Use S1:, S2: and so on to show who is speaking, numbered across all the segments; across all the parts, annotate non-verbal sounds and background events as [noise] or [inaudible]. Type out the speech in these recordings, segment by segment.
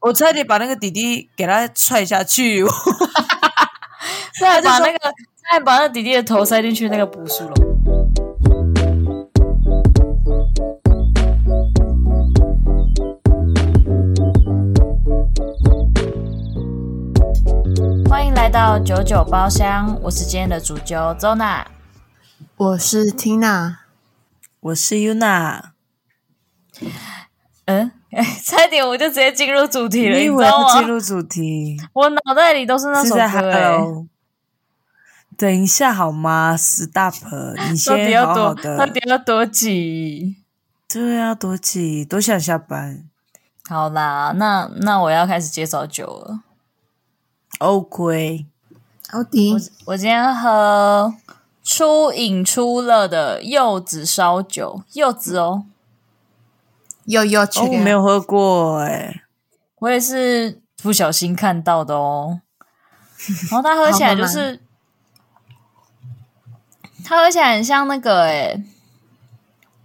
S1: 我差点把那个弟弟给他踹下去，
S2: [laughs]
S1: 我
S2: 再把
S1: 说
S2: 那个再把那弟弟的头塞进去那个捕鼠笼。欢迎来到九九包厢，我是今天的主角 Zona。
S3: 我是 Tina，
S1: 我是 Yuna，
S2: 嗯， [laughs] 差点我就直接进入主题了，
S1: 呃你
S2: 你
S1: 以
S2: 知
S1: 为
S2: 道
S1: 要进
S2: 吗？
S1: 入主题？
S2: 我脑袋里都是那
S1: 是
S2: 首
S1: 在
S2: 歌、欸，
S1: Hello。等一下好吗？Stop，你
S2: 到底
S1: 先
S2: 要
S1: 好好
S2: 多，到
S1: 的
S2: 底。要多急？
S1: 对啊，多挤，多想下班。
S2: 好啦，那那我要开始介绍酒了。Oh，
S1: OK，
S3: 奥迪
S2: 哦我我今天喝初饮初乐的柚子烧酒，柚子哦，
S3: 又又去
S1: 哦，我没有喝过哎、
S2: 我也是不小心看到的哦。然后它喝起来就是，它喝起来很像那个诶，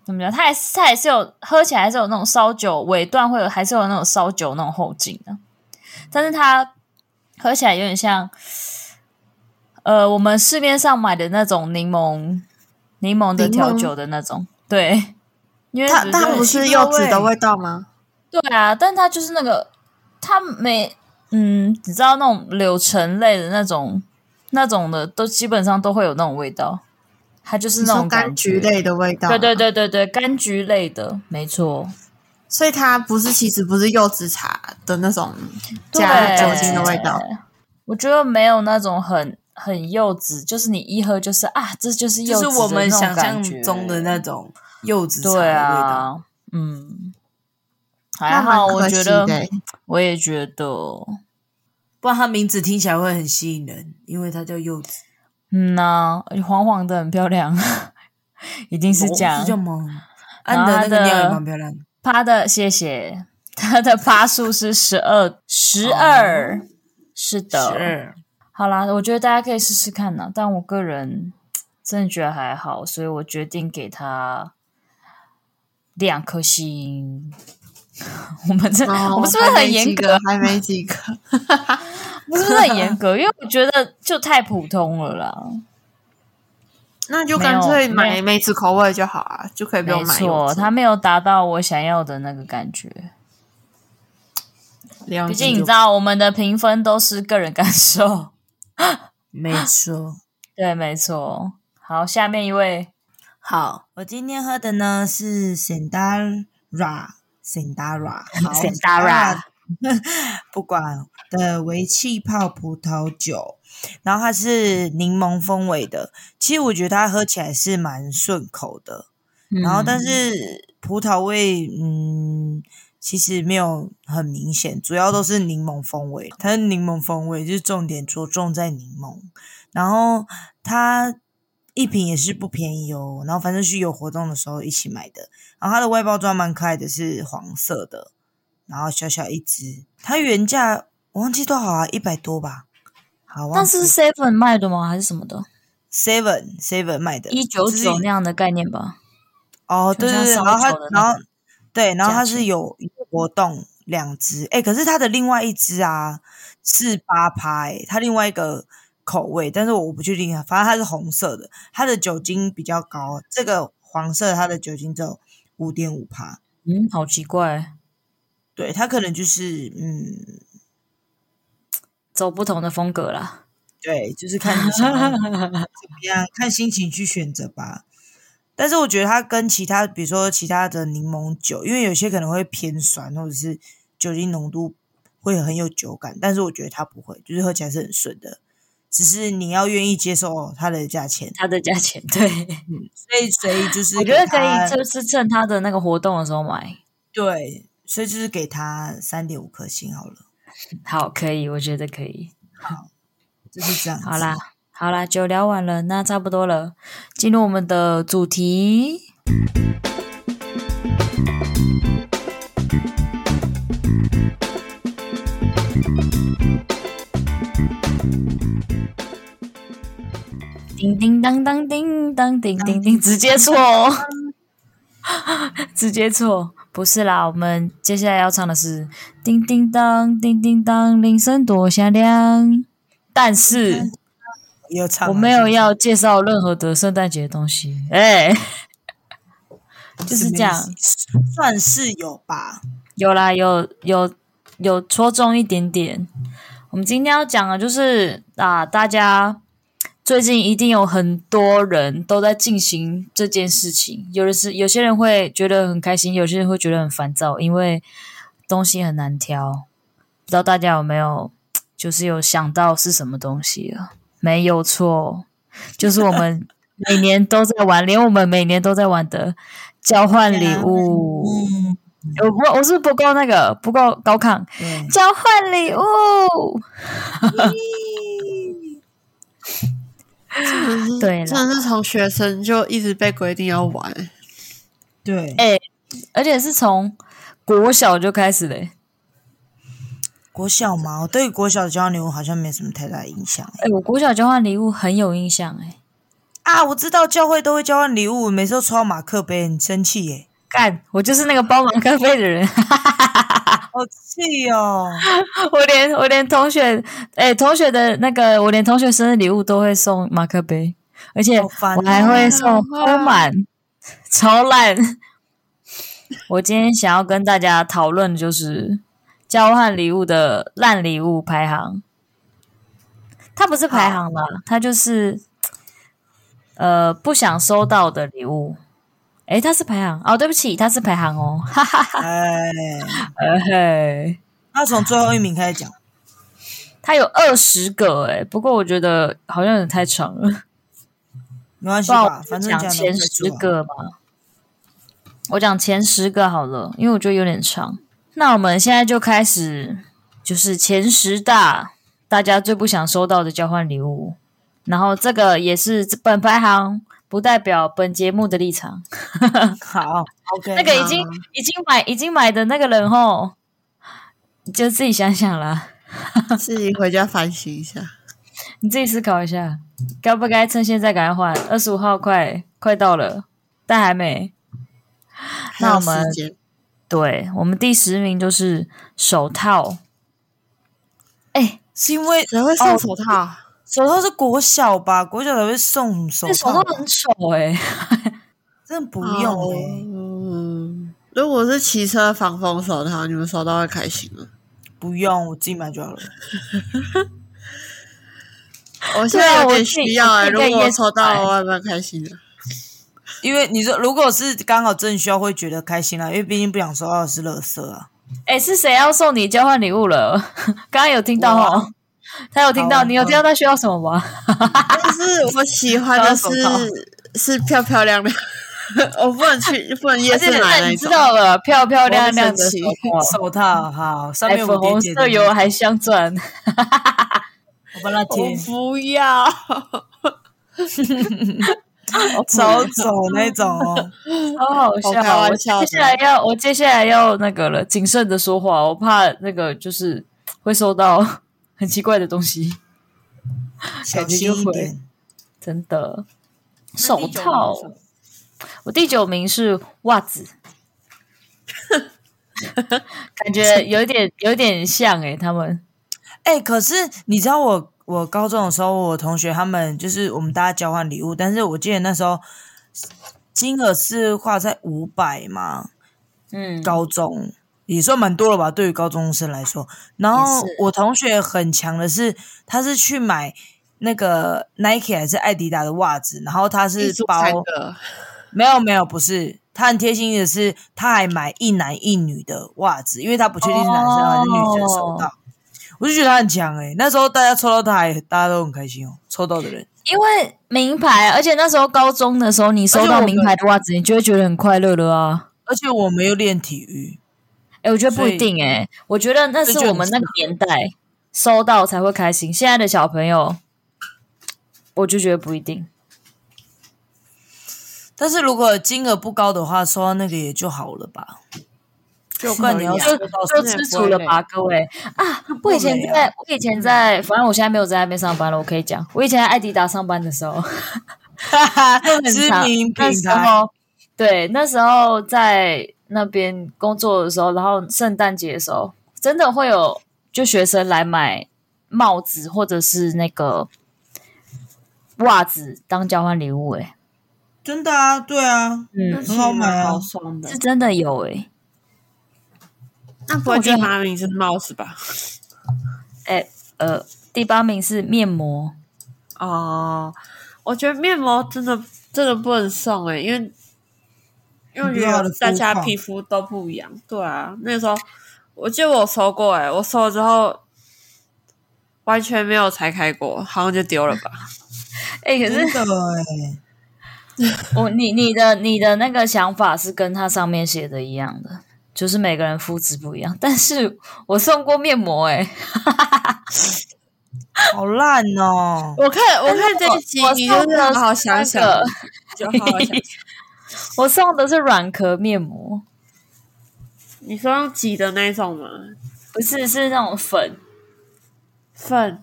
S2: 怎么讲？它还是它还是有喝起来还是有那种烧酒尾段会有，还是有那种烧酒那种后劲的、但是它喝起来有点像，呃，我们市面上买的那种柠檬柠檬的
S3: 柠檬
S2: 调酒的那种，对，因为
S3: 它
S2: 只
S3: 它
S2: 有
S3: 不
S2: 气
S3: 是
S2: 泡
S3: 柚子的
S2: 味
S3: 味道吗？
S2: 对啊，但它就是那个，它每嗯，你知道那种柳橙类的那种那种的，都基本上都会有那种味道，它就是
S3: 你
S2: 那
S3: 说
S2: 种
S3: 柑
S2: 感
S3: 橘
S2: 觉。
S3: 类的味道，
S2: 对对，对对对，柑橘类的，没错。
S3: 所以它不是，其实不是柚子茶的那种
S2: 对
S3: 加酒精的味道，
S2: 我觉得没有那种很很柚子，就是你一喝就是啊，这就是柚
S1: 就
S2: 子
S1: 是
S2: 的
S1: 我们
S2: 那种
S1: 想象
S2: 感觉
S1: 中的那种柚子茶的味
S2: 对
S1: 道。
S2: 啊，嗯，还
S3: 那蛮
S2: 好，
S3: 可
S2: 我觉
S3: 惜
S2: 得
S3: 的欸
S2: 我也觉得，
S1: 不然它名字听起来会很吸引人，因为它叫柚子。
S2: 嗯呐、黄黄的很漂亮， [laughs] 一定是这样
S1: 哦是。叫吗？
S2: 然
S1: 安德那
S2: 后它
S1: 个
S2: 的
S1: 酿也蛮漂亮的。
S2: 趴的谢谢，它的趴数是十二，十
S3: 哦
S2: 二，是的，
S1: 12
S2: 好啦，我觉得大家可以试试看呢，但我个人真的觉得还好，所以我决定给他两颗星。 [laughs] 我们这、
S3: 哦
S2: 我们是不是很严格？？
S3: 还没
S2: [laughs]
S3: 几个，还没几个
S2: 我们是不是很严格？因为我觉得就太普通了
S3: [laughs]
S2: 啦。
S3: 那就干
S2: 没有
S3: 脆
S2: 没
S3: 买梅子口味就好啊，就可以不
S2: 没
S3: 用买柚
S2: 错，
S3: 子。
S2: 他没有达到我想要的那个感觉。
S3: 了
S2: 毕
S3: 解
S2: 竟你知道，我们的评分都是个人感受。
S1: 没错。
S2: 对，没错。好，下面一位，
S1: 好，我今天喝的呢是 Sendara Sendara 好
S2: Sendara
S1: [laughs] 不管的微气泡葡萄酒，然后它是柠檬风味的。其实我觉得它喝起来是蛮顺口的，然后
S2: 嗯
S1: 但是葡萄味，嗯，其实没有很明显，主要都是柠檬风味。它是柠檬风味，就是重点着重在柠檬。然后它一瓶也是不便宜哦，然后反正是有活动的时候一起买的。然后它的外包装蛮可爱的，是黄色的，然后小小一只，它原价我忘记多少啊，一百多吧。好，忘
S2: 但是
S1: 记
S2: Seven 卖的吗？还是什么的？
S1: Seven Seven 卖的，
S2: 一九
S1: 就是
S2: 九那样的概念吧。
S1: 哦，
S2: 就
S1: 对对
S2: 像
S1: 对，
S2: 烧
S1: 然后它
S2: 酒的，那
S1: 然后对，然后
S2: 价
S1: 它
S2: 钱
S1: 是有有活动两只，哎，可是它的另外一只啊是八趴，哎，它另外一个口味，但是我不确定啊，反正它是红色的，它的酒精比较高，这个黄色它的酒精只有五点五趴，
S2: 嗯，好奇怪，
S1: 对，它可能就是嗯，
S2: 走不同的风格啦。
S1: 对，就是看你想要怎么样，看心情去选择吧。但是我觉得它跟其他，比如说其他的柠檬酒，因为有些可能会偏酸，或者是酒精浓度会很有酒感，但是我觉得它不会，就是喝起来是很顺的。只是你要愿意接受哦它的价钱，
S2: 它的价钱，对，
S1: 所以所以就是
S2: 我觉得
S1: 给
S2: 可
S1: 它
S2: 以，就是趁它的那个活动的时候买。
S1: 对，所以就是给它三点五颗星好了，
S2: 好，可以，我觉得可以。
S1: 就是这样。
S2: 好啦，，好啦，酒聊完了，那差不多了，进入我们的主题。叮叮当 [laughs] 当叮当叮叮叮，直接错哦，直接错，不是啦，我们接下来要唱的是《叮叮当，叮叮当》，铃声多响亮。但是
S1: 有唱啊吗
S2: 我没有要介绍任何的圣诞节的东西，哎、就是这样。
S1: 什么意思算是有吧。
S2: 有啦，有有有戳中一点点。我们今天要讲的就是啊，大家最近一定有很多人都在进行这件事情，有的是有些人会觉得很开心，有些人会觉得很烦躁，因为东西很难挑。不知道大家有没有就是有想到是什么东西了？没有错，就是我们每年都在玩，连我们每年都在玩的交换礼物。
S1: 嗯，
S2: 我不，我是不够那个，不够高亢。
S1: 对，
S2: 交换礼物，对啦
S3: 真的是从学生就一直被规定要玩，
S2: [laughs]
S1: 对，
S2: 哎而且是从国小就开始欸嘞。
S1: 国小嘛，我对国小的交换礼物好像没什么太大的印象、欸。
S2: 哎，我国小交换礼物很有印象哎，
S1: 啊，我知道教会都会交换礼物，每次都抽到马克杯，很生气耶、
S2: 干，我就是那个包马克杯的人，
S1: 好气哦！ [laughs]
S2: 我连我连同学，哎，同学的那个，我连同学生日礼物都会送马克杯，而且
S1: 好烦
S2: 我还
S1: 哦
S2: 会送
S3: 好
S2: 丰满，超烂。我今天想要跟大家讨论的就是交换礼物的烂礼物排行。它不是排行啦，它就是呃不想收到的礼物。诶，它是排行哦，对不起，它是排行哦，哈哈哈。
S1: 哎，
S2: 嘿，
S1: 那从最后一名开始讲，
S2: 它有二十个诶，不过我觉得好像有点太长了。
S1: 没关系
S2: 不然
S1: 吧
S2: 我，
S1: 反
S2: 就
S1: 正
S2: 讲
S1: 讲
S2: 前十个吧。我讲前十个好了，因为我觉得有点长。那我们现在就开始，就是前十大大家最不想收到的交换礼物。然后这个也是本排行，不代表本节目的立场。
S1: 好，OK，
S2: 那个已经已经买已经买的那个人吼，你就自己想想啦。
S3: 自己回家反省一下。
S2: 你自己思考一下，该不该趁现在赶快换？二十五号快快到了，但还没。那我
S3: 还
S2: 们
S3: 有时间
S2: 对我们第十名就是手套。哎、
S1: 是因为
S3: 谁会送手套？
S1: 手套是国小吧，国小才会送手
S2: 这手套
S1: 套，
S2: 很丑哎、
S1: 真的不
S2: 哦
S1: 用哎、
S3: 嗯，如果是骑车防风手套，你们收到会开心吗？
S1: 不用，我自己买就好了。
S3: 我现在有
S2: 啊我自
S3: 点
S2: 己
S3: 需要哎、
S2: 我自己
S3: 如
S2: 在
S3: 果我
S2: 夜市
S3: 抽到，
S2: 买
S3: 我还蛮开心的。
S1: 因为你说如果是刚好正需要，会觉得开心啦、啊因为毕竟不想收到的是垃圾啊。
S2: 哎、是谁要送你交换礼物了？ [laughs] 刚刚有听到
S1: 我啊
S2: 哦，他有听
S1: 好
S2: 到，
S1: 啊
S2: 你有听到他需要什么吗？
S3: 但是我喜欢的是
S2: 收 [laughs] 到手
S3: 是漂漂亮 [laughs] 亮，我不能去不能夜市买
S2: 那
S3: 那
S2: 你
S3: 一
S2: 知
S3: 种。
S2: 道了，漂漂亮亮
S3: 我
S2: 的手
S3: 很生气
S2: 套，
S1: 手套好，上
S2: 还
S1: 面
S2: 粉
S1: 蝴
S2: 红
S1: 蝶结的
S2: 哦色
S1: 那
S2: 有
S1: 个
S2: 还
S1: [laughs]
S2: 镶钻。
S1: 我帮他
S3: 我
S1: 贴，
S3: 不要，
S1: 手肘那种
S2: [laughs]
S1: 哦。
S2: 好好
S3: 好开
S2: 笑！
S3: 玩
S2: 我
S3: 笑的
S2: 接下来要，我接下来要那个了，谨慎的说话，我怕那个就是会收到 [laughs] 很奇怪的东西，
S1: 小心一点。
S2: 真的。手套，我第九名是袜子，感觉有一点有一点像诶、他们
S1: 哎、可是你知道我，我高中的时候，我同学他们就是我们大家交换礼物，但是我记得那时候金额是画在五百嘛，
S2: 嗯
S1: 高中也算蛮多了吧，对于高中生来说。然后
S2: 也是
S1: 我同学很强的是，他是去买那个 Nike 还是艾迪达的袜子，然后他是包
S3: 三个，
S1: 没有没有，不是，他很贴心的是，他还买一男一女的袜子，因为他不确定是男生还是女生收到。
S2: 哦
S1: 我就觉得他很强哎、那时候大家抽到他还大家都很开心哦，抽到的人。
S2: 因为名牌，而且那时候高中的时候，你收
S1: 而且我
S2: 到
S1: 们
S2: 名牌的袜子，你就会觉得很快乐了啊。
S1: 而且我没有练体育，
S2: 哎、我觉得不
S1: 所
S2: 一
S1: 以
S2: 定哎、我觉得那是
S1: 所以就
S2: 我们
S1: 很
S2: 那个年代收到才会开心，现在的小朋友，我就觉得不一定。
S1: 但是如果金额不高的话，收到那个也就好了吧。
S3: 就
S1: 不然你要
S2: 就
S1: 说到
S2: 就
S3: 现在
S2: 吃
S3: 不
S2: 足
S3: 会
S2: 了
S3: 累
S2: 吧，各位啊！我以前
S1: 累啊
S2: 在，我以前在，反正我现在没有在那边上班了，我可以讲，我以前在艾迪达上班的时候，
S1: 哈哈，
S2: 很
S1: 知
S2: 常
S1: 名
S2: [laughs] 那
S1: 品
S2: 时
S1: 牌
S2: 候，对，那时候在那边工作的时候，然后圣诞节的时候，真的会有就学生来买帽子或者是那个袜子当交换礼物、欸，哎，
S1: 真的啊，对啊，
S2: 嗯，
S1: 很好买啊
S3: 好爽的
S2: 是。真的有哎、
S3: 那不会第八名是帽子吧？
S2: 哎、呃，第八名是面膜，
S3: 哦，我觉得面膜真的真的不能送哎、因为因为我觉得大家皮肤都不一样。对啊，那时候我记得我收过哎、我收了之后完全没有拆开过，好像就丢了吧。
S2: 哎、可是
S3: 嗯
S1: 真的哎、
S2: 我你你的你的那个想法是跟它上面写的一样的，就是每个人肤质不一样。但是我送过面膜、欸，哎，
S1: 好烂
S2: [laughs]
S1: 哦、
S3: [laughs] 我看哎我看这一集，你就是好好想想，就好好想想。
S2: 我送的是软壳面膜，
S3: 你说用挤的那种吗？
S2: 不是是那种粉，
S3: 粉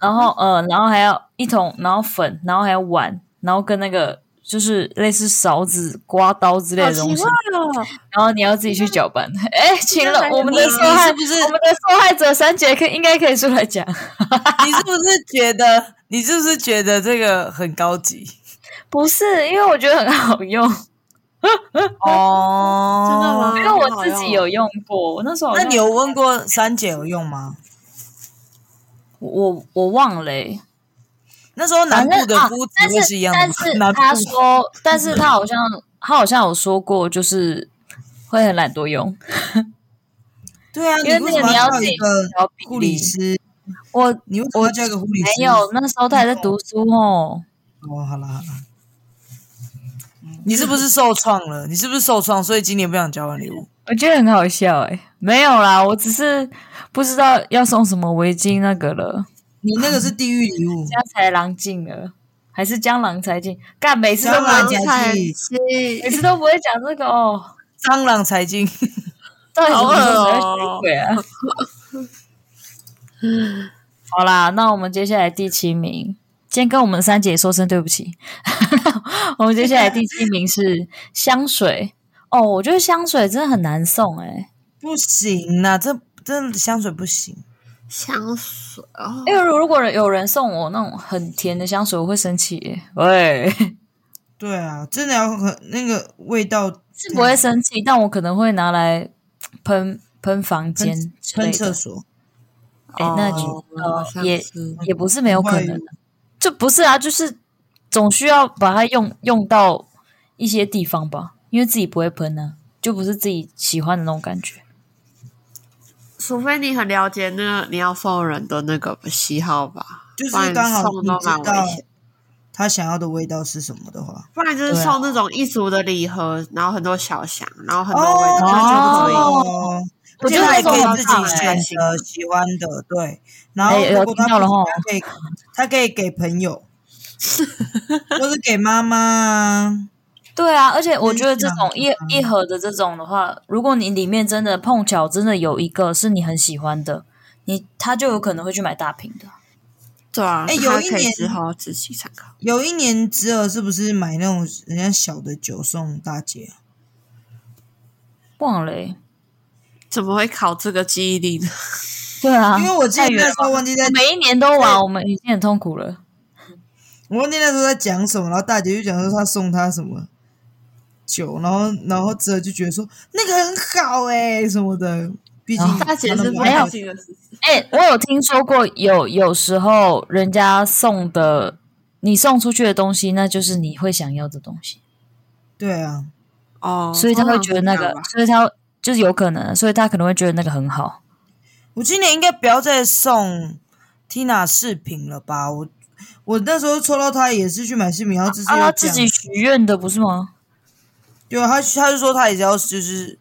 S2: 然后呃，然后还要一桶，然后粉，然后还有碗，然后跟那个就是类似勺子、刮刀之类
S3: 好
S2: 的
S3: 奇
S2: 东西，
S3: 怪哦！
S2: 然后你要自己去搅拌。哎，请
S3: 那
S2: 了
S3: 还
S2: 我们的
S3: 你
S2: 受害，
S1: 是不是
S2: 我们的受害者三姐可以应该可以出来讲，
S1: 你是不是觉得？你是不是觉得这个很高级？
S2: 不是因为我觉得很好用。
S1: [laughs] 哦，
S3: 真的吗
S2: 因为我自己有用过，我那时候好
S1: 那
S2: 像
S1: 你有问过三姐有用吗？
S2: 我我我忘了欸、
S1: 那时候南
S2: 反正
S1: 部的
S2: 啊
S1: 肤质
S2: 但
S1: 会
S2: 是
S1: 一样的
S2: 但
S1: 吗 [laughs]
S2: 是
S1: 南部
S2: 他说，但是他好像他好像有说过，就是会很懒惰用。
S1: 对啊，
S2: 因为
S1: 你为
S2: 那
S1: 什
S2: 个
S1: 么
S2: 你要
S1: 叫
S2: 自己
S1: 一个
S2: 调比
S1: 护理
S2: 例
S1: 师？
S2: 我
S1: 你为什么要叫一个护理师？
S2: 没有，那时候他还在读书哦。
S1: 哦，好了好了，你是不是受创了？你是不是受创？所以今年不想交换礼
S2: [laughs]
S1: 物？
S2: 我觉得很好笑哎、没有啦，我只是不知道要送什么围巾那个了，
S1: 你那个是地狱礼物，
S2: 家财郎尽了，还是江郎才尽？干，每次都不
S1: 江
S2: 会
S1: 郎
S2: 讲，
S1: 才尽
S2: 每次都不会讲这个哦，
S1: 蟑螂才进。
S2: 到底什
S3: 好
S2: 么
S3: 恶
S2: 时候才会
S3: 哦
S2: 学会啊？好啦，那我们接下来第七名，今天跟我们三姐说声对不起。 [laughs] 我们接下来第七名是香水哦，我觉得香水真的很难送哎、
S1: [laughs] 不行啦，这这香水不行。
S3: 香水哦，
S2: 因为如果有人送我那种很甜的香水，我会生气耶。喂，
S1: 对啊，真的要很那个味道
S2: [laughs] 是不会生气，但我可能会拿来喷喷房间之类
S1: 喷
S2: 的
S1: 厕所，
S2: 哎那就
S3: 哦
S2: 呃
S3: 好像
S2: 也
S3: 是
S2: 也不是没有可能
S1: 很
S2: 的，就不是啊，就是总需要把它用用到一些地方吧，因为自己不会喷呢、就不是自己喜欢的那种感觉。
S3: 除非你很了解那个你要送的人的那个喜好吧，
S1: 就是
S3: 不然
S1: 刚好
S3: 送
S1: 你
S3: 都
S1: 知
S3: 蛮
S1: 道
S3: 危险。
S1: 他想要的味道是什么的话，
S3: 不然就是
S2: 对啊
S3: 送那种一组的礼盒，然后很多小箱，然后很多味
S1: 哦，
S3: 道，
S2: 那就
S3: 那就可以。
S2: 可
S1: 哦
S2: 我
S1: 而
S2: 觉
S1: 且他
S2: 得那
S1: 还
S2: 种
S1: 可以
S2: 好
S1: 自
S2: 棒
S1: 己
S2: 哎
S1: 选择喜欢的，对。然后
S2: 哎有
S1: 如果他
S2: 听到了
S1: 不
S2: 吼
S1: 喜欢可以，他可以给朋
S2: [laughs]
S1: 友，或是给妈妈。
S2: 对啊，而且我觉得这
S1: 真
S2: 种一
S1: 嗯
S2: 一盒的这种的话，如果你里面真的碰巧真的有一个是你很喜欢的，你他就有可能会去买大瓶的。
S3: 对啊，
S1: 哎
S3: 大
S1: 有
S3: 家
S1: 一
S3: 可以
S1: 年
S3: 之后自己参考。
S1: 有一年侄儿是不是买那种人家小的酒送大姐啊？
S2: 忘了、欸，
S3: 怎么会考这个记忆
S1: [laughs]
S3: 力呢？
S2: 对啊，
S1: 因为我记得
S2: 太远
S1: 那
S2: 了
S1: 时候忘记在，
S2: 每一年都玩，我们已经很痛苦了。
S1: 我忘记那时候在讲什么，然后大姐就讲说她送她什么酒，然后然后侄儿就觉得说那个很好哎、什么的，毕竟
S2: 哦
S3: 大姐是不
S1: 没有
S3: 高。兴的事情。
S2: 哎、我有听说过有有时候人家送的，你送出去的东西，那就是你会想要的东西，
S1: 对啊，
S3: 哦，
S2: 所以他会觉得那
S3: 通
S2: 个
S3: 常是这样吧，
S2: 所以他就是有可能，所以他可能会觉得那个很好。
S1: 我今年应该不要再送 Tina 饰品了吧？我我那时候抽到她也是去买饰品，然后自己
S2: 啊，
S1: 有
S2: 他
S1: 讲，
S2: 自己许愿的不是吗？
S1: 对啊，她她就说她也是要就是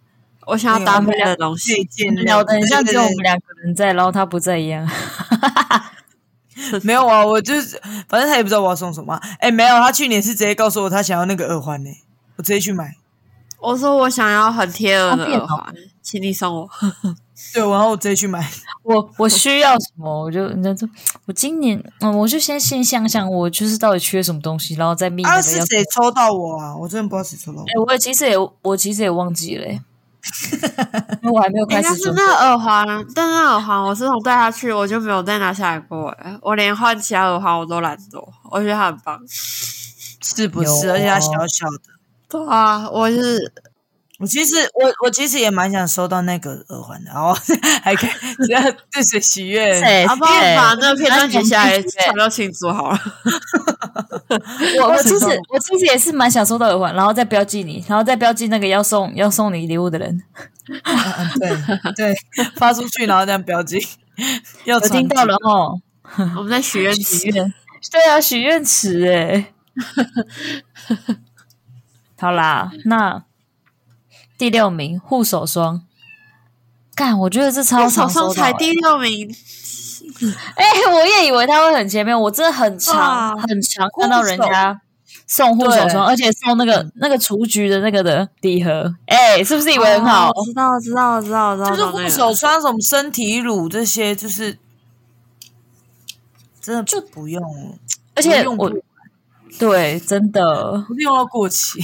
S3: 我想要搭配的东
S1: 配
S3: 西，
S1: 件
S2: 聊的很像
S1: 对
S2: 只
S1: 对
S2: 有我
S1: 对
S2: 们两个人在，然后他不在一样。
S1: 没有啊，我就是反正她也不知道我要送什么啊、哎、没有，她去年是直接告诉我她想要那个耳环呢、我直接去买。
S3: 我说我想要很贴耳的
S2: 方便
S3: 耳
S2: 哦
S3: 环，请你送我。
S1: 对，然后我直接去买。
S2: 我我需要什么，我就那就我今年，嗯，我就先先想想，我就是到底缺什么东西，然后再命那
S1: [laughs] 啊，
S2: 个
S1: 是
S2: 要。
S1: 谁抽到我啊？我真的不知道谁抽到我
S3: [laughs]
S2: 哎、。我也其实也我其实也忘记了、欸因为我还没有开
S3: 哎，
S2: 始
S3: 但是
S2: 准备。
S3: 那个耳环，但那个耳环，我自从戴下去，我就没有再拿下来过。哎，我连换其他耳环我都懒得，我觉得它很棒。
S1: 是不是？
S2: 有
S1: 而且它
S2: 哦
S1: 小小的。
S3: 对啊，我就是
S1: 我其实我我其实也蛮想收到那个耳环的，然后 [laughs] 还可以只要对谁许愿，
S2: 谁
S3: 啊，帮我
S2: 谁
S3: 把那个片段剪下
S2: 那
S3: 来
S2: 你
S3: 传到群组好了。
S2: 我我
S1: 为什
S2: 其实
S1: 么
S2: 我其实也是蛮想收到耳环，然后再标记你，然后再标记那个要送要送你礼物的人。
S1: 嗯对对，发出去然后这样标记， [laughs] 要
S2: 我
S1: 传
S2: 听到了哦，
S3: [laughs] 我们在许愿
S2: 许愿，对啊，许愿池
S3: [laughs]
S2: 哎。好啦，那第六名护手霜，干，我觉得这超
S3: 我
S2: 常
S3: 手
S2: 收
S3: 上
S2: 到
S3: 才
S2: 欸
S3: 第六名，
S2: 哎、我也以为他会很前面，我真的很常
S3: 哇
S2: 很常看到人家送护手霜，而且送那个那个雏菊的那个的礼盒，哎、是不是以
S3: 以
S2: 为很好？
S3: 哦知道，知道，知道，知道，
S1: 就是
S3: 哦知道那
S1: 护
S3: 个
S1: 手霜、什么身体乳这些，就是真的就不用了，
S2: 而且
S1: 不用
S2: 我对真的，
S1: 不用到过期，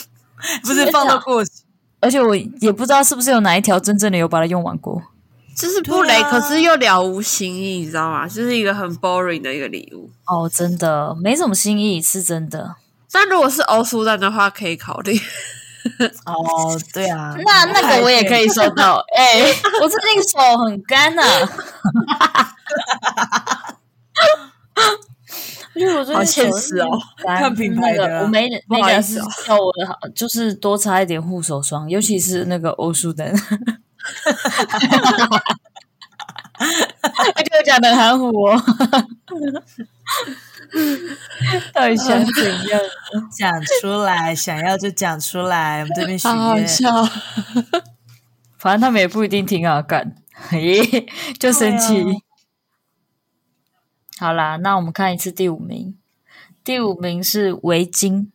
S1: [laughs] 不是
S2: 是
S1: 放到
S2: 啊
S1: 过期，
S2: 而且我也不知道是不是有哪一条真正的有把它用完过。
S3: 就是不雷
S1: 对，啊
S3: 可是又了无新意，你知道吗？就是一个很 boring 的一个礼物。
S2: 哦，真的没什么新意，是真的。
S3: 但如果是欧舒丹的话，可以考 [laughs] 虑。
S1: 哦，对啊，
S2: 那那个我也可以收到，哎、我最近手很干 [laughs] 呐、啊。因为我最近
S1: 好现
S2: 手
S1: 实哦
S2: 很干
S1: 看品牌的啊
S2: 嗯那个我每
S3: 不
S2: 每
S3: 好意
S2: 个
S3: 思
S2: 是
S3: 哦
S2: 叫我的好，就是多擦一点护手霜，尤其是那个欧舒 [laughs] 丹。而且我讲的含糊哦， [laughs] 到底想怎样？
S1: 讲出来，想要就讲出来，我们这边许愿。
S3: 笑，
S2: 反正他们也不一定听
S3: 嗯
S2: 啊，干， [laughs] 嘿，就生气。
S1: 对啊
S2: 好啦，那我们看一次第五名，第五名是围巾，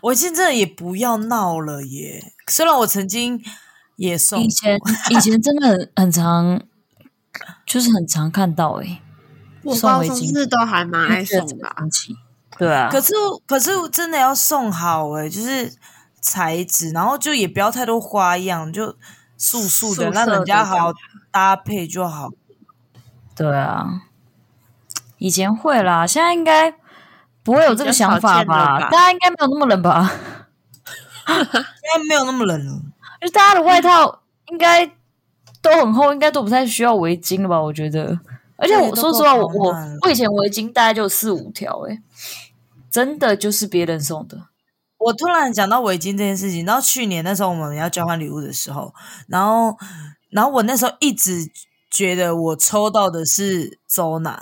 S1: 我现在也不要闹了耶。虽然我曾经也送
S2: 以，前以前真的很很常，就是很常看到欸诶、
S3: 我
S2: 送
S3: 高
S2: 围
S3: 中
S2: 巾
S3: 是都还蛮 [laughs]
S2: 欸，
S3: 爱送的啊、
S2: 神奇，对啊，
S1: 可是可是真的要送好诶，就是材质，然后就也不要太多花样，就素素的，
S3: 素色
S1: 让人
S3: 的
S1: 家好好
S3: 这
S1: 搭配就好。
S2: 对啊，以前会啦，现在应该不会有这个想法
S3: 比较少
S2: 吧？
S3: 见了吧
S2: 大家应该没有那么冷吧？
S1: 现在没有那么冷了，
S2: 就大家的外套应该都很厚，应该都不太需要围巾了吧？我觉得，而且
S1: 对
S2: 我
S1: 都
S2: 说
S1: 够
S2: 实话，我
S1: 保
S2: 我
S1: 暖了
S2: 我以前围巾大概就四五条，诶，真的就是别人送的。
S1: 我突然讲到围巾这件事情，然后去年那时候我们要交换礼物的时候，然后然后我那时候一直觉得我抽到的是 Zona，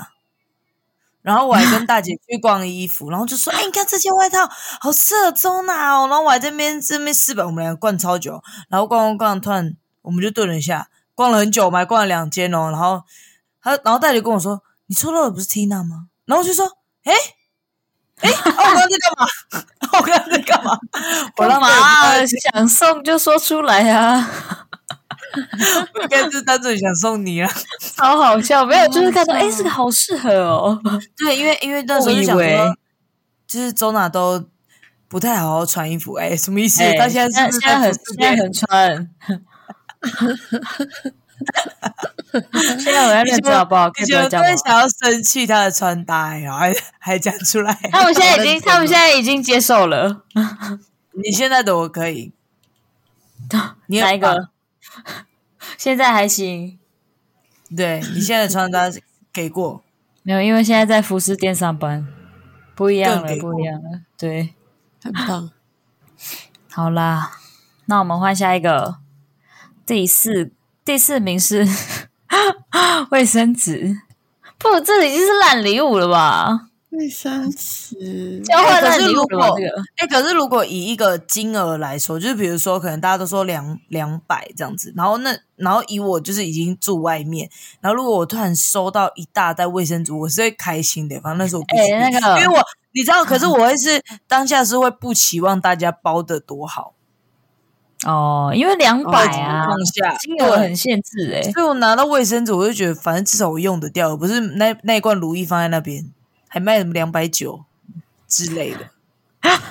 S1: 然后我还跟
S2: [laughs]
S1: 大姐去逛衣服，然后就说：“哎、你看这件外套好适合 Zona 哦。”然后我还在那边这边试吧，我们两个逛超久，然后逛逛逛，突然我们就顿了一下，逛了很久，我们还逛了两间哦。然后他然后大姐跟我说：“你抽到的不是 Tina 吗？”然后我就说：“哎、哎、啊我刚刚在干嘛？” [laughs] 我刚刚在干嘛？我
S2: 干
S1: 让
S2: 嘛啊
S1: 他，
S2: 想送就说出来啊， [laughs]
S1: 我应该就是单纯想送你啊。
S2: 超好笑。没有，就是看到
S3: 好
S2: 哎、
S3: 笑
S2: 诶这个好适合哦。
S1: 对，因为因为那时候就想
S2: 我以为
S1: 说，就是周娜都不太好好穿衣服，哎，什么意思？
S2: 诶
S1: 她现在是不是
S2: 现在很
S1: 在服饰
S2: 现在
S1: 店
S2: 很
S1: [laughs]
S2: 穿。现在我要认真好不好？可以
S1: 你
S2: 不
S1: 就
S2: 要讲吗
S1: 更想要生气她的穿搭，然后还 [laughs] 还讲出
S2: [laughs]
S1: 来。
S2: 他们
S1: [laughs]
S2: 现在已经，他们现在已经接受了。
S1: 你现在的我可以，你啊很
S2: [laughs] 哪一
S1: 棒
S2: 个？ [laughs] 现在还行，
S1: 对你现在的穿搭给过，
S2: 没有，因为现在在服饰店上班，不一样了
S1: 更，给过
S2: 不一样了。对，
S3: 很 [laughs] 棒。
S2: 好啦，那我们换下一个，第四第四名是 [laughs] 卫生纸。不，这已经是烂礼物了吧？
S3: 卫生纸，
S2: 交换烂礼物
S1: 可是如
S2: 了吧？
S1: 果
S2: 这个
S1: 哎、可是如果以一个金额来说，就是比如说，可能大家都说两两百这样子，然后那然后以我就是已经住外面，然后如果我突然收到一大袋卫生纸，我是会开心的。反正那时候我不
S2: 哎
S1: 是、
S2: 那个嗯
S1: 因为我你知道，可是我会是当下是会不期望大家包的多好，
S2: 哦，因为两
S1: 包
S2: 百
S1: 的情
S2: 啊，
S1: 况下，
S2: 金额很限制哎、
S1: 对所以我拿到卫生纸，我就觉得反正至少我用得掉，不是那那一罐如意放在那边，还卖什么两百九之类的，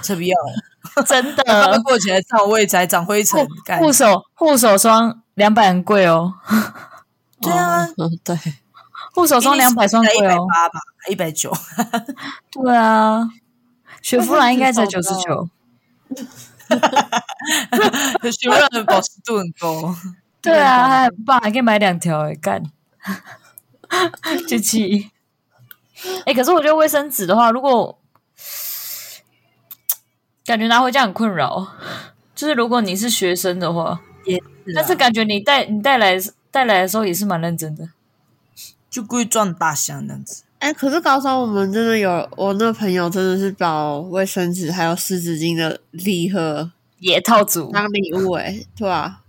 S1: 这不要了，
S2: 真
S4: 他们
S2: 的。
S4: 过起来长味才长灰尘，干
S2: [laughs] 护手护手霜两百很贵哦，
S1: 对啊
S4: 哦嗯对，
S2: 护手霜两百双
S1: 一
S2: 贵
S1: 百
S2: 哦。
S1: 八吧，一百九，
S2: 对啊，雪佛兰应该才九十九。
S4: 雪让人保湿度很高。
S2: 对啊，还很棒，还可以买两条哎，干，就气。哎、可是我觉得卫生纸的话，如果感觉拿回家很困扰，就是如果你是学生的话， [laughs]
S1: 啊
S2: 但是感觉你带你带来带来的时候也是蛮认真的。
S1: 就故意撞大象那样子。
S3: 哎、可是高中我们真的有，我那朋友真的是把卫生纸还有湿纸巾的礼盒
S2: 野套组，
S3: 当礼物、哎，对啊。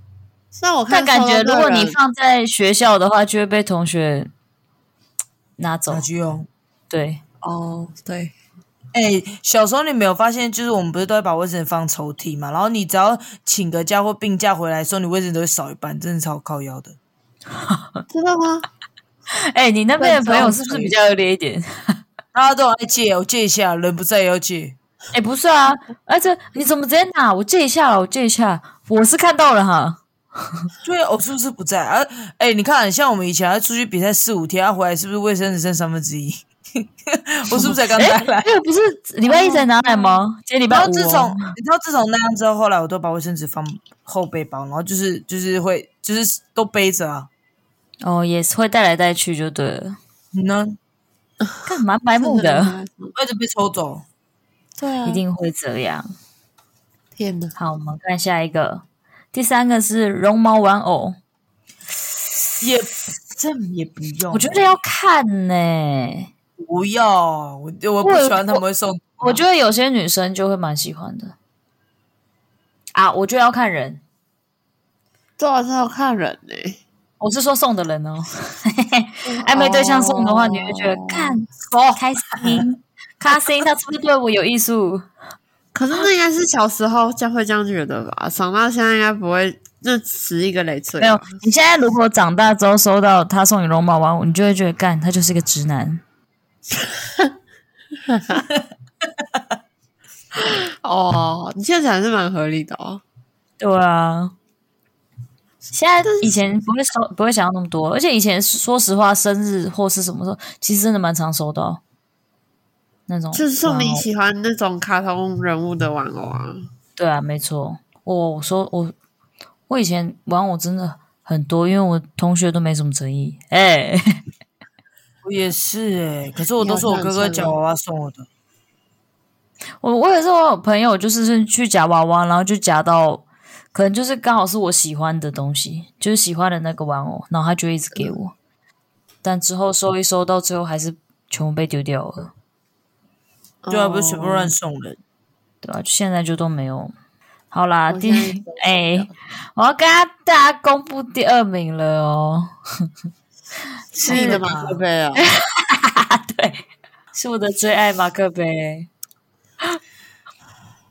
S3: 那我
S2: 但
S3: 看
S2: 感
S3: 收
S2: 觉
S3: 到
S2: 如果
S3: 的
S2: 你
S3: 人
S2: 放在学校的话，就会被同学拿走
S1: 拿。去用。
S2: 对，
S4: 哦，对，
S1: 哎、小时候你没有发现，就是我们不是都会把卫生纸放抽屉嘛？然后你只要请个假或病假回来的时候，你卫生纸都会少一半，真的超靠腰的。
S3: 知道吗？
S2: 哎、你那边的朋友是不是比较恶劣一点？
S1: 大家都很爱借，我借一下，人不在也要借。
S2: 哎、不是啊，而且你怎么直接拿？我借一下啦，我借一下。我是看到了哈，
S1: 对，我、是不是不在啊？哎、你看，像我们以前要出去比赛四五天，他、啊回来是不是卫生纸剩三分之一？ [laughs] 我是不是才刚带来？
S2: 哎那个不是礼拜一才拿来吗？今天礼
S1: 然
S2: 拜五、
S1: 后自从
S2: 哦。
S1: 你知道自从那样之后，后来我都把卫生纸放后背包，然后就是就是会就是都背着啊。
S2: 哦，也是会带来带去就对了，
S1: 你嗯呢？
S2: 干嘛白目的，
S1: 我一直被抽走。
S3: 对啊，
S2: 一定会这样。
S3: 天哪！
S2: 好，我们看下一个，第三个是绒毛玩偶，
S1: 也这也不用，欸
S2: 我觉得要看呢、
S1: 不要，我我不喜欢他们会送。
S2: 我觉得有些女生就会蛮喜欢的啊，我觉得要看人，
S3: 这还啊是要看人呢、
S2: 我是说送的人哦， [laughs] 暧昧对象送的话，你会觉得
S3: 哦
S2: 看开心，开心，他是不是对我有意思？
S3: 可是那应该是小时候就会这样觉得吧，长大现在应该不会，那十一个累赘吧。
S2: 没有，你现在如果长大之后收到他送你绒毛玩偶，你就会觉得干，他就是一个直男。
S3: 哦，你现在讲是蛮合理的哦。
S2: 对啊，现在以前不会收，不会想到那么多，而且以前说实话，生日或是什么时候，其实真的蛮常收到那种玩偶，哦
S3: 就是送你喜欢那种卡通人物的玩偶啊。
S2: 对啊，没错。我我说我我以前玩偶真的很多，因为我同学都没什么诚意。哎、 [laughs]
S1: 我也是哎、可是我都是我哥哥夹娃娃送我的，
S2: 我我也是，我有朋友就是是去夹娃娃，然后就夹到，可能就是刚好是我喜欢的东西，就是喜欢的那个玩偶，然后他就一直给
S3: 嗯
S2: 我，但之后收一收，到最后还是全部被丢掉了，
S1: 对啊，不是全部乱送人。
S2: 对吧、啊就现在就都没有。好啦，
S3: 我
S2: 第
S3: 现在也
S2: 哎、我要跟大家公布第二名了哦， [laughs]
S3: 是嗯你的马克杯啊。
S2: 是我的最爱马克杯。 [gasps]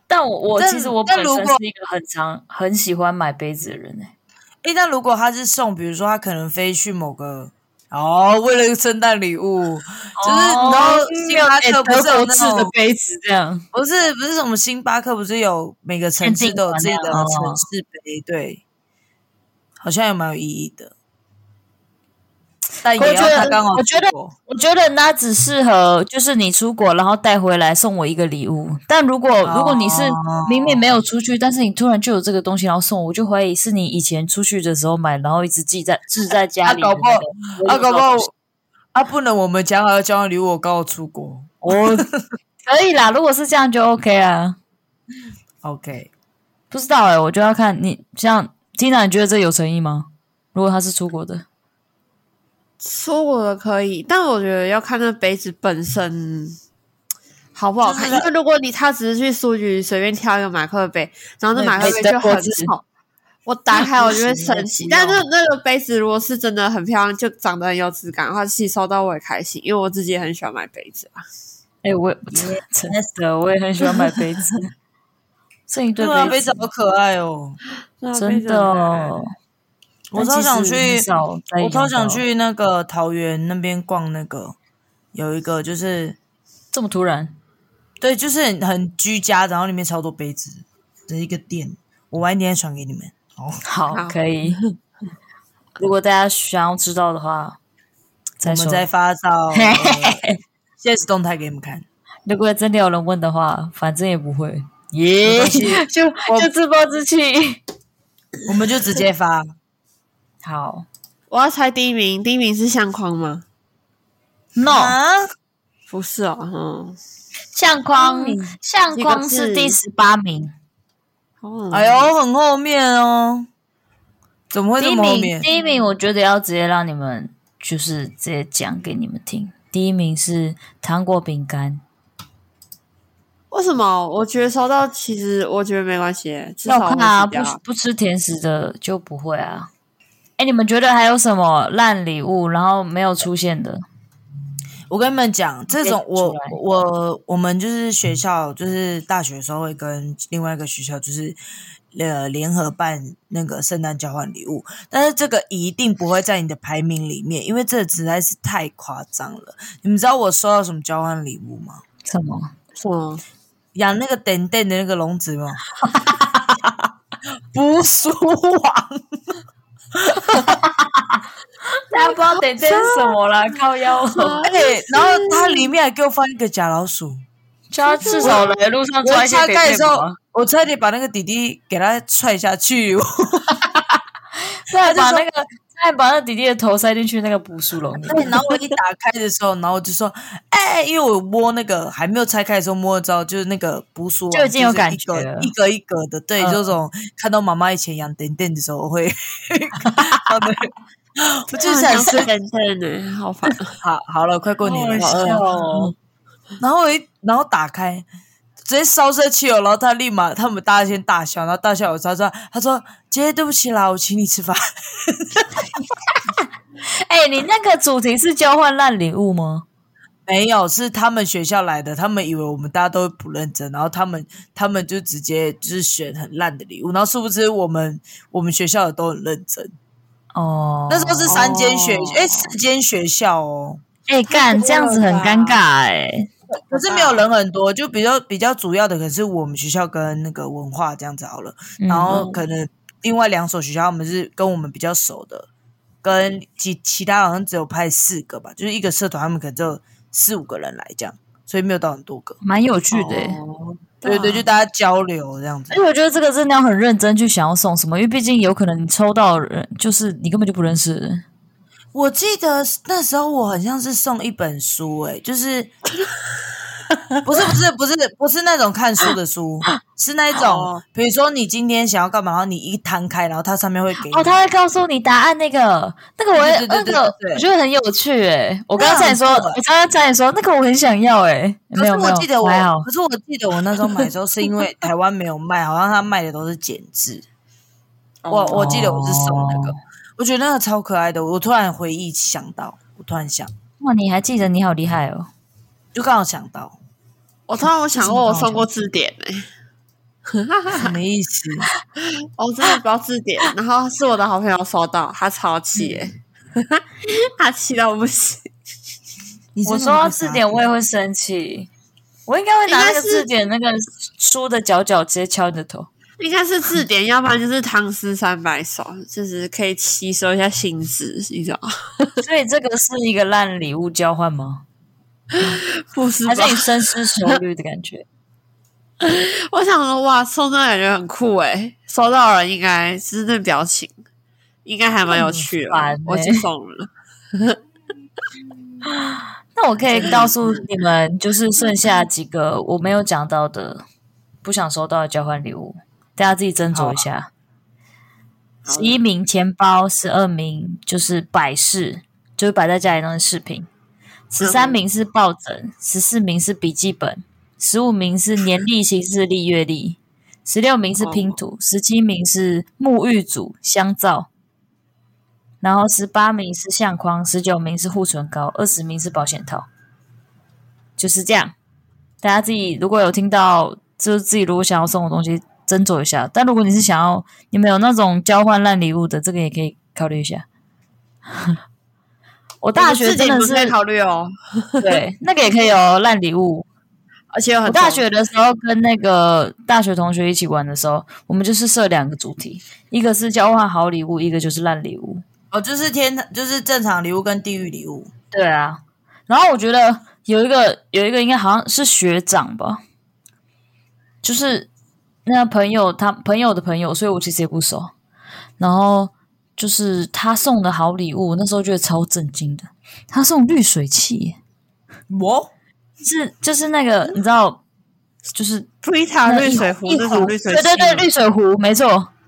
S2: 但我我
S1: 但
S2: 其实我
S1: 但
S2: 本
S1: 如
S2: 身
S1: 果
S2: 是一个很常很喜欢买杯子的人哎、
S1: 哎、但如果他是送，比如说他可能飞去某个哦，为了一个圣诞礼物，就是然后星巴哦克不是有那种
S2: 杯子这样，
S1: 不是不是什么星巴克不是有每个城市都有自己
S2: 限
S1: 的
S2: 定款那样
S1: 城市杯，对，好像也蛮有意义的。但
S2: 可我
S1: 也要
S2: 觉得
S1: 他刚好
S2: 我觉得
S1: 出国
S2: 我觉得那只适合就是你出国然后带回来送我一个礼物。但如果如果你是
S1: 哦
S2: 明明没有出去，但是你突然就有这个东西然后送我，我就怀疑是你以前出去的时候买，然后一直记在置在家里的
S1: 啊搞
S2: 那个
S1: 不好
S2: 我也
S1: 啊，
S2: 不知道
S1: 搞不好
S2: 东西
S1: 啊，不能我们讲好要交换礼物，我刚好出国。
S2: [laughs] 可以啦。如果是这样就 OK 啊。
S1: OK，
S2: 不知道哎、我就要看你像 Tina，你觉得这有诚意吗？如果他是出国的，
S3: 出国的可以，但我觉得要看那杯子本身好不好看。
S1: 就
S3: 因
S1: 是
S3: 为如果你他只是去书局随便挑一个马克杯，然后那
S1: 对
S3: 马克杯
S2: 杯子
S3: 就
S2: 的
S3: 很
S2: 脖子
S3: 丑，我打开我就会生气。
S1: 不行
S3: 但
S1: 不
S3: 那那个杯子如果是真的很漂亮，就长得很有质感的话，吸收到我也开心，因为我自己也很喜欢买杯子啊。
S2: 哎、 [laughs] 我也真的我也很喜欢买杯子， [laughs] 剩一堆
S1: 对啊，
S2: 杯
S1: 杯子好可爱哦！
S3: 那杯
S2: 真
S3: 子
S2: 的
S3: 很可爱
S2: 哦，
S1: 我
S2: 但
S1: 超
S2: 其
S1: 想
S2: 实
S1: 去
S2: 很少再
S1: 我超
S2: 用
S1: 想
S2: 到
S1: 去那个桃园那边逛，那个有一个就是
S2: 这么突然，
S1: 对，就是很很居家，然后里面超多杯子的一个店，我晚一点传给你们。哦，
S2: 好，
S3: 好
S2: 可以。 [laughs] 如果大家想要知道的话，
S1: 我
S2: 再
S1: 们
S2: 说。
S1: 再发
S2: [laughs]
S1: 到呃现实动态给你们看。
S2: 如果真的有人问的话，反正也不会。耶、就就自暴自弃。
S1: 我们就直接发，
S2: 好
S3: 我要猜第一名，第一名是相框吗？
S2: ，no，
S1: 啊，
S3: 不是哦，嗯，
S2: 相框相
S3: 几个
S2: 框是
S3: 字
S2: 第十八名，
S3: 哦
S1: 哎，呦，很后面哦，怎么会
S2: 第
S1: 这
S2: 一
S1: 么后
S2: 名
S1: 面？
S2: 第一名，我觉得要直接让你们就是直接讲给你们听。第一名是糖果饼干，
S3: 为什么？我觉得收到，其实我觉得没关系，至
S2: 要
S3: 少我
S2: 看
S3: 会
S2: 啊，
S3: 死
S2: 不
S3: 掉
S2: 不吃甜食的就不会啊。哎，你们觉得还有什么烂礼物，然后没有出现的？
S1: 我跟你们讲，这种
S2: 列
S1: 我
S2: 出来
S1: 我我们就是学校，就是大学的时候会跟另外一个学校就是呃联合办那个圣诞交换礼物，但是这个一定不会在你的排名里面，因为这实在是太夸张了。你们知道我收到什么交换礼物吗？
S2: 什么？
S3: 什么？
S1: 养那个点点的那个笼子
S2: [laughs]
S1: 吗？捕鼠网，
S2: 大家不知道等这是什么啦，靠腰，
S1: 哎、然后它里面还给我放一个假老鼠。
S2: 就要至 [laughs] 少来路上抓
S1: 我
S2: 一些
S1: 拆
S2: 点
S1: 开的
S2: 点啊
S1: 时候
S2: 吧，，
S1: 我差点把那个弟弟给他踹下去。
S2: 再
S1: 他
S2: 把
S1: 就
S2: 那个再把那弟弟的头塞进去那个捕鼠笼里。
S1: 对，然后我一打开的时候，然后我就说：“哎、因为我摸那个还没有拆开的时候摸得到，就是那个捕鼠网
S2: 就已经有
S1: 是
S2: 感
S1: 一
S2: 觉
S1: 个
S2: 了
S1: 一格一格的。对，
S2: 嗯
S1: 这种看到妈妈以前养点点的时候，我会 [laughs] 好的，
S2: [laughs]
S1: 我就是
S3: [laughs]
S1: 想生
S3: 等等呢，好烦。
S1: 好好了，快过年了，
S2: 好
S1: 好
S2: 好
S1: 饿
S2: 笑
S1: 哦。
S2: 哦！
S1: 然后我一然后打开，直接烧热气哦，然后他立马他们大家先大笑，然后大笑我之后说，他说：“姐姐对不起啦，我请你吃饭。” [laughs]
S2: 哎、你那个主题是交换烂礼物吗？
S1: 没有，是他们学校来的，他们以为我们大家都不认真，然后他们他们就直接就是选很烂的礼物，然后殊不知我们我们学校的都很认真。
S2: 哦，
S1: 那时候是三间学
S3: 哦，
S1: 哎、四间学校哦，
S2: 哎、干这样子很尴尬哎、
S1: 可是没有人很多，就比较比较主要的，可能是我们学校跟那个文化这样子好了，
S2: 嗯
S1: 然后可能另外两所学校他们是跟我们比较熟的，跟其其他好像只有派四个吧，就是一个社团他们可能只有四五个人来这样，所以没有欸到很多个。
S2: 蛮有趣的、哎
S3: 哦
S1: 对啊对，就大家交流这样子
S2: 而。且我觉得这个真的要很认真去想要送什么，因为毕竟有可能你抽到的人就是你根本就不认识的人。
S1: 我记得那时候我好像是送一本书、欸，就是 [laughs] 不是不是不是不是那种看书的书，是那一种
S3: 哦，
S1: 比如说你今天想要干嘛，然后你一摊开，然后它上面会给你
S2: 哦，他会告诉你答案那个，那个我也
S1: 对对对对
S2: 那个
S1: 对对
S2: 我觉得很有趣诶、我刚
S1: 那
S2: 刚差点说，
S1: 很酷欸
S2: 我刚刚差点说那个我很想要诶、
S1: 可
S2: 没
S1: 是
S2: 有没哦
S1: 我
S2: 有，
S1: 记得我
S2: 还好，
S1: 可是我记得我那时候买的时候是因为台湾没有卖，好像他卖的都是剪纸。我我记得我是送那个
S2: 哦，
S1: 我觉得那个超可爱的，我突然回忆想到，我突然想，
S2: 哇，你还记得，你好厉害哦！
S1: 就刚好想到，
S3: 我突然我想过，我送过字典欸呢、
S1: 什么意思？
S3: 我哦真的不知道字
S2: [laughs]
S3: 典，然后是我的好朋友收到，他超气、欸，
S2: 嗯
S3: [laughs] 他气到不行。
S1: 你真
S2: 我
S1: 的
S2: 说到
S1: 会欸
S2: 字
S1: 傻
S2: 典，我也会生气，我应该会拿那个字典那个书的角角直接敲你的头。
S3: 应该是字典，要不然就是唐诗三百首，就是可以吸收一下新知，你知道吗？ [laughs]
S2: 所以这个是一个烂礼物交换吗？
S3: 不是
S2: 还
S3: 吧
S2: 是？你深思熟虑的感觉？
S3: 我想说，哇，送那感觉很酷诶、收到人应该是那表情，应该还蛮有趣
S2: 很
S3: 的。
S2: 烦欸
S3: 我去送了，
S2: [laughs] 那我可以告诉你们，就是剩下几个我没有讲到的，不想收到的交换礼物，大家自己斟酌一下。十一名钱包，十二名就是摆饰，就是摆在家里那种饰品。十三名是抱枕，十四名是笔记本，十五名是年历、 [laughs] 行事历、月历，十六名是
S3: 哦
S2: 拼图，十七名是沐浴组、香皂，然后十八名是相框，十九名是护唇膏，二十名是保险套，就是这样。大家自己如果有听到，就是自己如果想要送的东西，斟酌一下。但如果你是想要，你们有那种交换烂礼物的，这个也可以考虑一下。 [laughs] 我大学
S3: 字
S2: 真
S3: 典
S2: 的
S3: 不
S2: 是 [laughs]
S3: 可以考虑哦。
S2: 对，那个也可以哦，烂礼物。
S3: 而且有
S2: 我
S3: 很
S2: 大
S3: 多
S2: 学的时候跟那个大学同学一起玩的时候，我们就是设两个主题，一个是交换好礼物，一个就是烂礼物。
S1: 哦，就是天，就是正常礼物跟地狱礼物。
S2: 对啊，然后我觉得有一个有一个应该好像是学长吧，就是那朋友他朋友的朋友，所以我其实也不熟。然后就是他送的好礼物，我那时候觉得超震惊的，他送滤水器耶，
S1: 我
S2: 是就是那个你知道，就是那
S3: Prita
S2: 一
S3: 啊滤水壶
S2: 一
S3: 这种滤水
S2: 对
S3: 器
S2: 对对，
S3: 吗
S2: 滤水壶没错。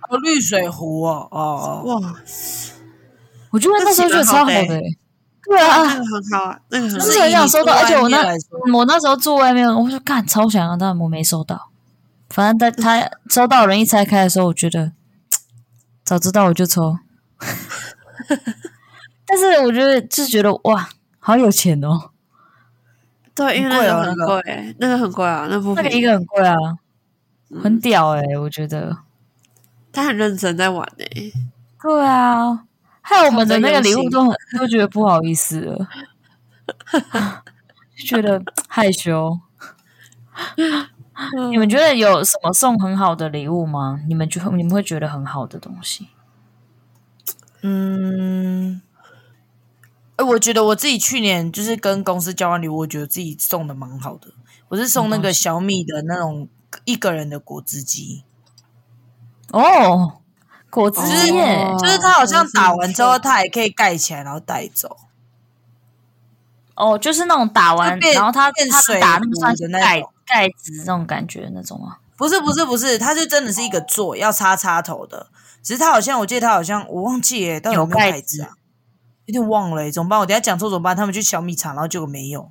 S1: 哦，绿水壶哦，哦，哦
S3: 哇，
S2: 我觉得那时候觉得超好的、
S3: 那
S2: 欸，对啊
S3: 那，个很好啊，那个很
S2: 就
S3: 好
S2: 是很想收到，而且我那
S1: 就是以你住外面
S2: 嗯我那时候住外面，我就干超想要，但我没收到。反正他他收到的人一拆开的时候，我觉得早知道我就抽， [laughs] 但是我觉得就是觉得哇，好有钱哦，
S3: 对，因为那
S1: 很贵
S3: 个
S1: 哦
S3: 很贵，那个很贵啊，那不
S2: 那个
S3: 便宜
S2: 一个很贵啊，很屌哎、我觉得。
S3: 他很认真在玩诶，
S2: 对啊，害我们的那个礼
S3: 他
S2: 物
S3: 们
S2: 都很都觉得不好意思了，就觉得害羞。你们觉得有什么送很好的礼物吗？你们觉你们会觉得很好的东西？
S1: 嗯，哎，我觉得我自己去年就是跟公司交换礼物，我觉得自己送的蛮好的。我是送那个小米的那种一个人的果汁机，
S2: 哦，果汁耶！
S3: 哦
S1: 就是它好像打完之后，它也可以盖起来，然后带走。
S2: 哦，就是那种打完
S1: 就，变
S2: 然后它
S1: 变
S2: 它
S1: 水
S2: 打那个算
S1: 壶
S2: 是
S1: 的那
S2: 盖
S1: 种
S2: 盖子那种感觉那种啊。
S1: 不是不是不是，它就真的是一个座，要插插头的。只是它好像，我记得它好像我忘记耶，到底有没有
S2: 有盖
S1: 牌子啊？有点忘了耶，欸怎么办？我等一下讲错怎么办？他们去小米厂，然后结果没有，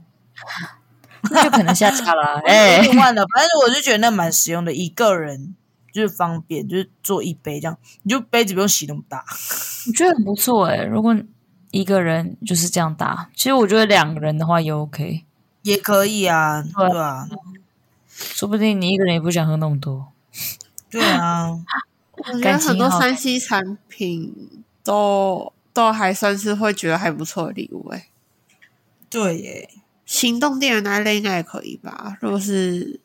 S2: 那就可能下
S1: [laughs]
S2: 架了啊。
S1: 哎，
S2: 哎
S1: 有，点忘了。反正我就觉得那蛮实用的，一个人就是方便，就是做一杯这样，你就杯子不用洗那么大。
S2: 我觉得很不错哎、如果一个人就是这样打，其实我觉得两个人的话也 OK，
S1: 也可以啊，
S2: 对
S1: 对啊，
S2: 说不定你一个人也不想喝那么多。
S1: 对啊，
S3: 我觉得
S2: 感情
S3: 很多
S2: 好
S3: 山西产品都都还算是会觉得还不错的礼物诶。
S1: 对耶，
S3: 行动电源那一类应该也可以吧？如果是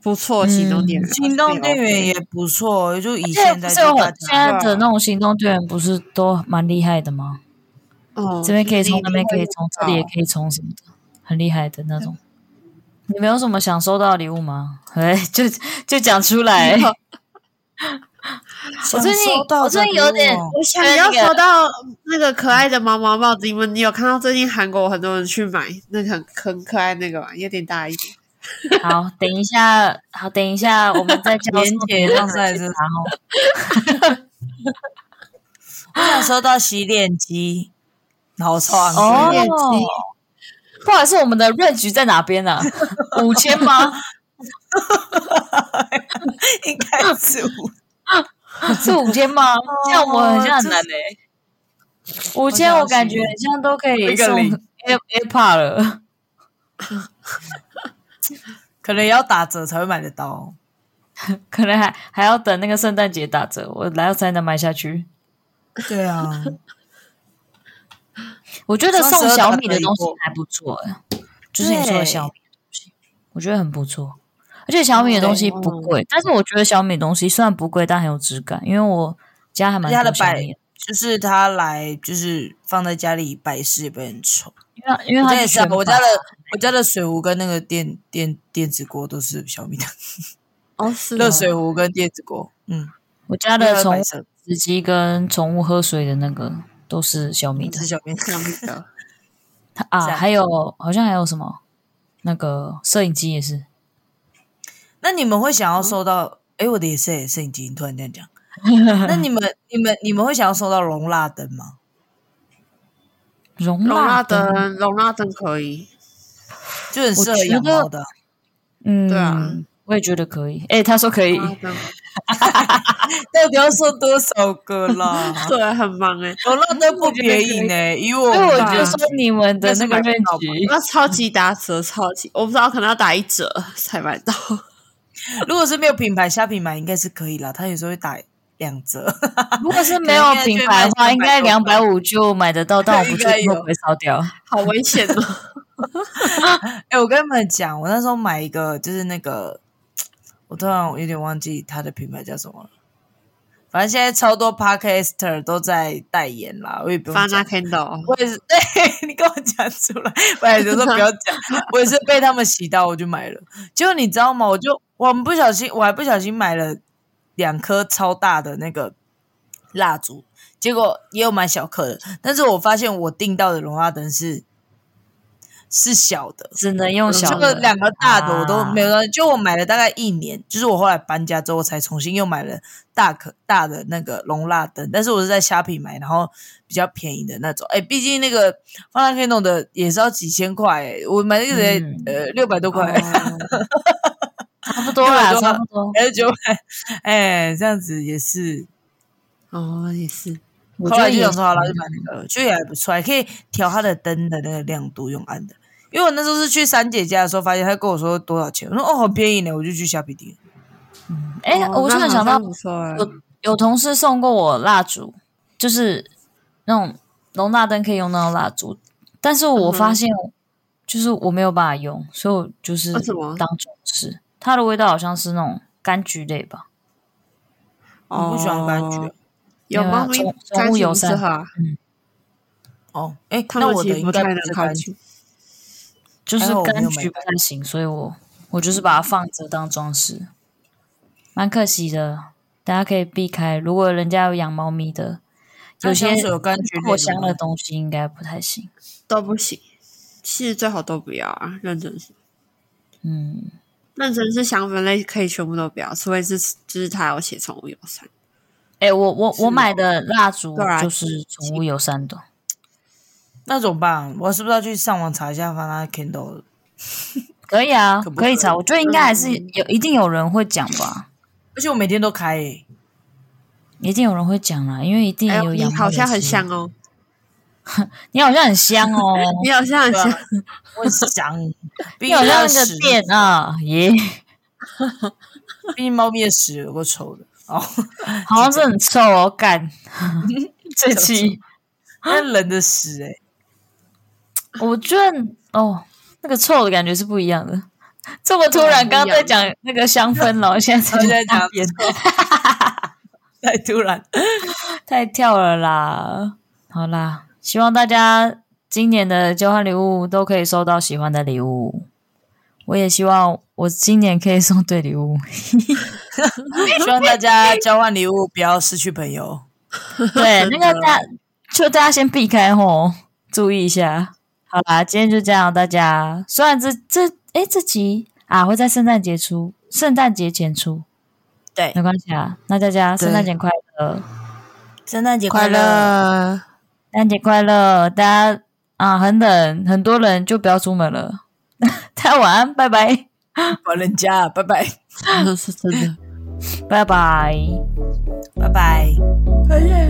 S3: 不错，行
S2: 嗯
S3: 动电源、
S1: 行动电源
S3: 也
S1: 也不错，就以
S2: 现在
S1: 现
S2: 不
S1: 在
S2: 是有
S1: 就大
S2: 很现
S1: 家啊
S2: 在的那种行动电源不是都蛮厉害的吗？
S3: 哦，
S2: 这边可以充，
S3: 你
S2: 那边可以充，这里也
S3: 哦
S2: 可以充什么的，很厉害的那种。你们有什么想收到的礼物吗？ [laughs] 哎，就就讲出来。 [laughs] 我最近
S1: 想收到
S2: 我最近有点
S1: 的礼物哦，
S2: 我
S3: 想
S2: 觉得哎
S3: 要
S2: 那个
S3: 收到那个可爱的毛毛帽子，你们你有看到最近韩国很多人去买那个很很可爱那个吗？有点大一点，
S2: 好，等一下，好，等一下，我们再教
S1: 连结
S2: [laughs]
S1: 放在这
S2: 然后
S1: 我想收到洗脸机，好爽
S2: 哦
S3: 练习，
S2: 不好意思，我们的 range 在哪边呢、 [laughs] 啊？五千吗？
S1: 应该是我
S2: 是五千吗？这样我 [laughs] 很像很难欸
S1: 这
S2: 呢、五千我感觉很像都可以送
S1: 一
S2: [laughs]
S1: 个
S2: A AirPod 了。
S1: 可能也要打折才会买得到。
S2: 可能还还要等那个圣诞节打折，我来到才能买下去。
S1: 对啊，
S2: 我觉得送小米的东西
S1: 双十二打折一波
S2: 还不错、欸，就是你说的小米的东西，我觉得很不错。而且小米的东西不
S1: 嗯
S2: 贵，但是我觉得小米的东西虽然不贵，但很有质感，因为我家还蛮
S1: 它的
S2: 多小
S1: 摆
S2: 米的，
S1: 就是它来就是放在家里摆饰也不会很丑。
S2: 因为因为
S1: 我
S2: 它
S1: 家也是啊
S2: 全，
S1: 我
S2: 白
S1: 家的我家的水壶跟那个电电电子锅都是小米的，
S3: 哦是
S1: 热
S3: 哦
S1: 水壶跟电子锅，嗯，
S2: 我家
S1: 它
S2: 的宠物
S1: 白色
S2: 司机跟宠物喝水的那个都是小米的
S1: 是小米的。
S3: 这样子的，
S2: 它啊，
S1: 嗯是啊
S2: 还有好像还有什么那个摄影机也是，
S1: 那你们会想要收到？哎、我的也是耶，摄影机你突然这
S2: [laughs]
S1: 样讲。那你们、你们、你们会想要收到容蜡灯吗？
S2: 容
S3: 容
S2: 蜡
S3: 纳
S2: 灯，
S3: 灯，容纳灯可以，
S1: 就很适合
S2: 我觉得
S1: 养猫的啊。
S2: 嗯，
S3: 对啊，
S2: 我也觉得可以。哎，他说可以，
S3: 容纳灯
S1: 到底要送多少个啦？
S2: [laughs]
S3: 对，很忙哎，
S1: 容蜡灯不便宜呢，以我
S2: 所以我
S3: 啊
S1: 们
S2: 就说你们的那
S1: 那
S2: 个
S1: 是买不到
S2: range，
S3: [laughs] 那超级打折，超级，我不知道，可能要打一折才买到。
S1: 如果是没有品牌虾品牌应该是可以啦，它有时候会打两折。
S2: 如果是没有品牌的话，应
S1: 应该
S2: 该
S1: 就卖
S2: 两
S1: 300
S2: 百五就买得到，但我不确定会不会烧掉。
S3: 好危险哦！
S1: 哎、我跟你们讲，我那时候买一个，就是那个，我突然有点忘记它的品牌叫什么了。反正现在超多 podcaster 都在代言啦，我也不用讲
S3: Fana。Candle，
S1: 我也是， [laughs] 对、你跟我讲出来，我也就说不要讲。我也是被他们洗到，我就买了。结果你知道吗？我就我们不小心，我还不小心买了两颗超大的那个蜡烛，结果也有买小颗的。但是我发现我订到的龙蜡灯是是小的，
S2: 只能用
S1: 嗯
S2: 小
S3: 嗯
S2: 啊
S1: 这
S2: 的
S1: 个两个大的我都没
S2: 有。
S1: 有，呃就我买了大概一年，就是我后来搬家之后我才重新又买了大可大的那个龙蜡灯，但是我是在虾皮买，然后比较便宜的那种。哎，毕竟那个放大可以弄的也是要几千块、哎我买那个得、
S2: 嗯
S1: 呃六百多块，
S2: 差不多啦，
S1: 差
S2: 啊差
S1: 不
S2: 不多。
S1: 还是九百，哎，这样子也是。
S3: 哦，也是，
S2: 我
S1: 后
S2: 觉
S1: 来
S2: 得
S1: 就
S2: 也嗯
S1: 想说好了，就买那个，就也还不错，还可以调它的灯的那个亮度，用暗的。因为我那时候是去三姐家的时候，发现她跟我说多少钱，我说哦好便宜呢，我就去虾皮订。
S2: 哎、
S3: 哦
S2: 我突
S3: 那
S2: 然
S3: 好
S2: 想到
S3: 像，不错哎，
S2: 有有同事送过我蜡烛，就是那种龙蜡灯可以用那种蜡烛，但是
S3: 嗯
S2: 我发现就是我没有办法用，所以我就是
S3: 为什么
S2: 当装饰。它的味道好像是那种柑橘类吧，
S1: 我不喜欢柑橘
S3: 哦。有
S2: 没有啊
S3: 猫咪
S2: 宠宠
S3: 柑
S2: 物
S3: 橘
S2: 友
S3: 不适
S2: 善
S3: 合啊，
S1: 哦，哎，
S3: 他
S1: 那
S3: 们
S1: 我
S3: 其
S1: 的
S3: 实
S1: 应
S3: 不
S1: 该
S3: 太能
S1: 不是
S3: 靠
S1: 柑橘
S3: 近。
S2: 就是
S1: 还好我没有
S2: 柑
S1: 买
S2: 橘不太行，所以我我就是把它放着当装饰，蛮可惜的。大家可以避开，如果人家有养猫咪的，有
S1: 那
S2: 些
S1: 香水有柑橘类的
S2: 扩香
S1: 吗
S2: 的东西应该不太行。
S3: 都不行，其实最好都不要啊，认真是。
S2: 嗯，
S3: 认真是香氛类可以全部都不要，除非是就是它有写宠物友善。
S2: 哎、我我我买的蜡烛
S3: 对啊
S2: 就是宠物友善的，
S1: 那怎么办？我是不是要去上网查一下放那 Kindle？
S2: 可以啊，
S1: 可不
S2: 可以
S1: 可以
S2: 查。我觉得应该还是有一定有人会讲吧，
S1: 而且我每天都开、欸，
S2: 一定有人会讲啦，因为一定
S3: 哎
S2: 有
S3: 呦，你
S2: 养。
S3: 好像很香，哦，
S2: 你好像很香哦，
S3: 你好像很
S1: 对
S3: 香
S1: 啊。
S3: [laughs]
S1: 我很 [laughs] 想，毕
S2: 你
S1: 竟
S2: 好像
S1: 它的
S2: 那
S1: 屎
S2: 个，店啊，耶，
S1: 毕竟猫咪的屎有够臭的哦，
S2: 好像是很臭哦，
S1: [laughs]
S2: 干这期。
S1: 那人的屎哎、
S2: 我觉得哦，那个臭的感觉是不一样的。这么突然，
S3: 对
S2: 刚
S3: 啊
S2: 刚在讲那个香氛了，现在
S1: [laughs] 然后哦
S2: 才
S1: 现在
S2: 讲
S1: 讲别太突然，
S2: [laughs] 太跳了啦。好啦，希望大家今年的交换礼物都可以收到喜欢的礼物。我也希望我今年可以送对礼物。
S1: 希望大家交换礼物不要失去朋友。 [laughs]
S2: 对，那个大就大家先避开吼，注意一下。好啦，今天就这样，大家。虽然这这诶这集啊会在圣诞节出，圣诞节前出，
S1: 对
S2: 没关系啊。那大家
S1: 对
S2: 圣诞节快乐，圣
S1: 圣诞节
S3: 快
S1: 乐！
S3: 乐，
S2: 诞节快乐，大家啊很冷，很多人就不要出门了。 [laughs] 大家晚安，拜拜，
S1: 老人家，拜拜，
S3: [laughs] 是真的。
S2: 拜拜。
S1: 拜拜。
S3: 哎呀。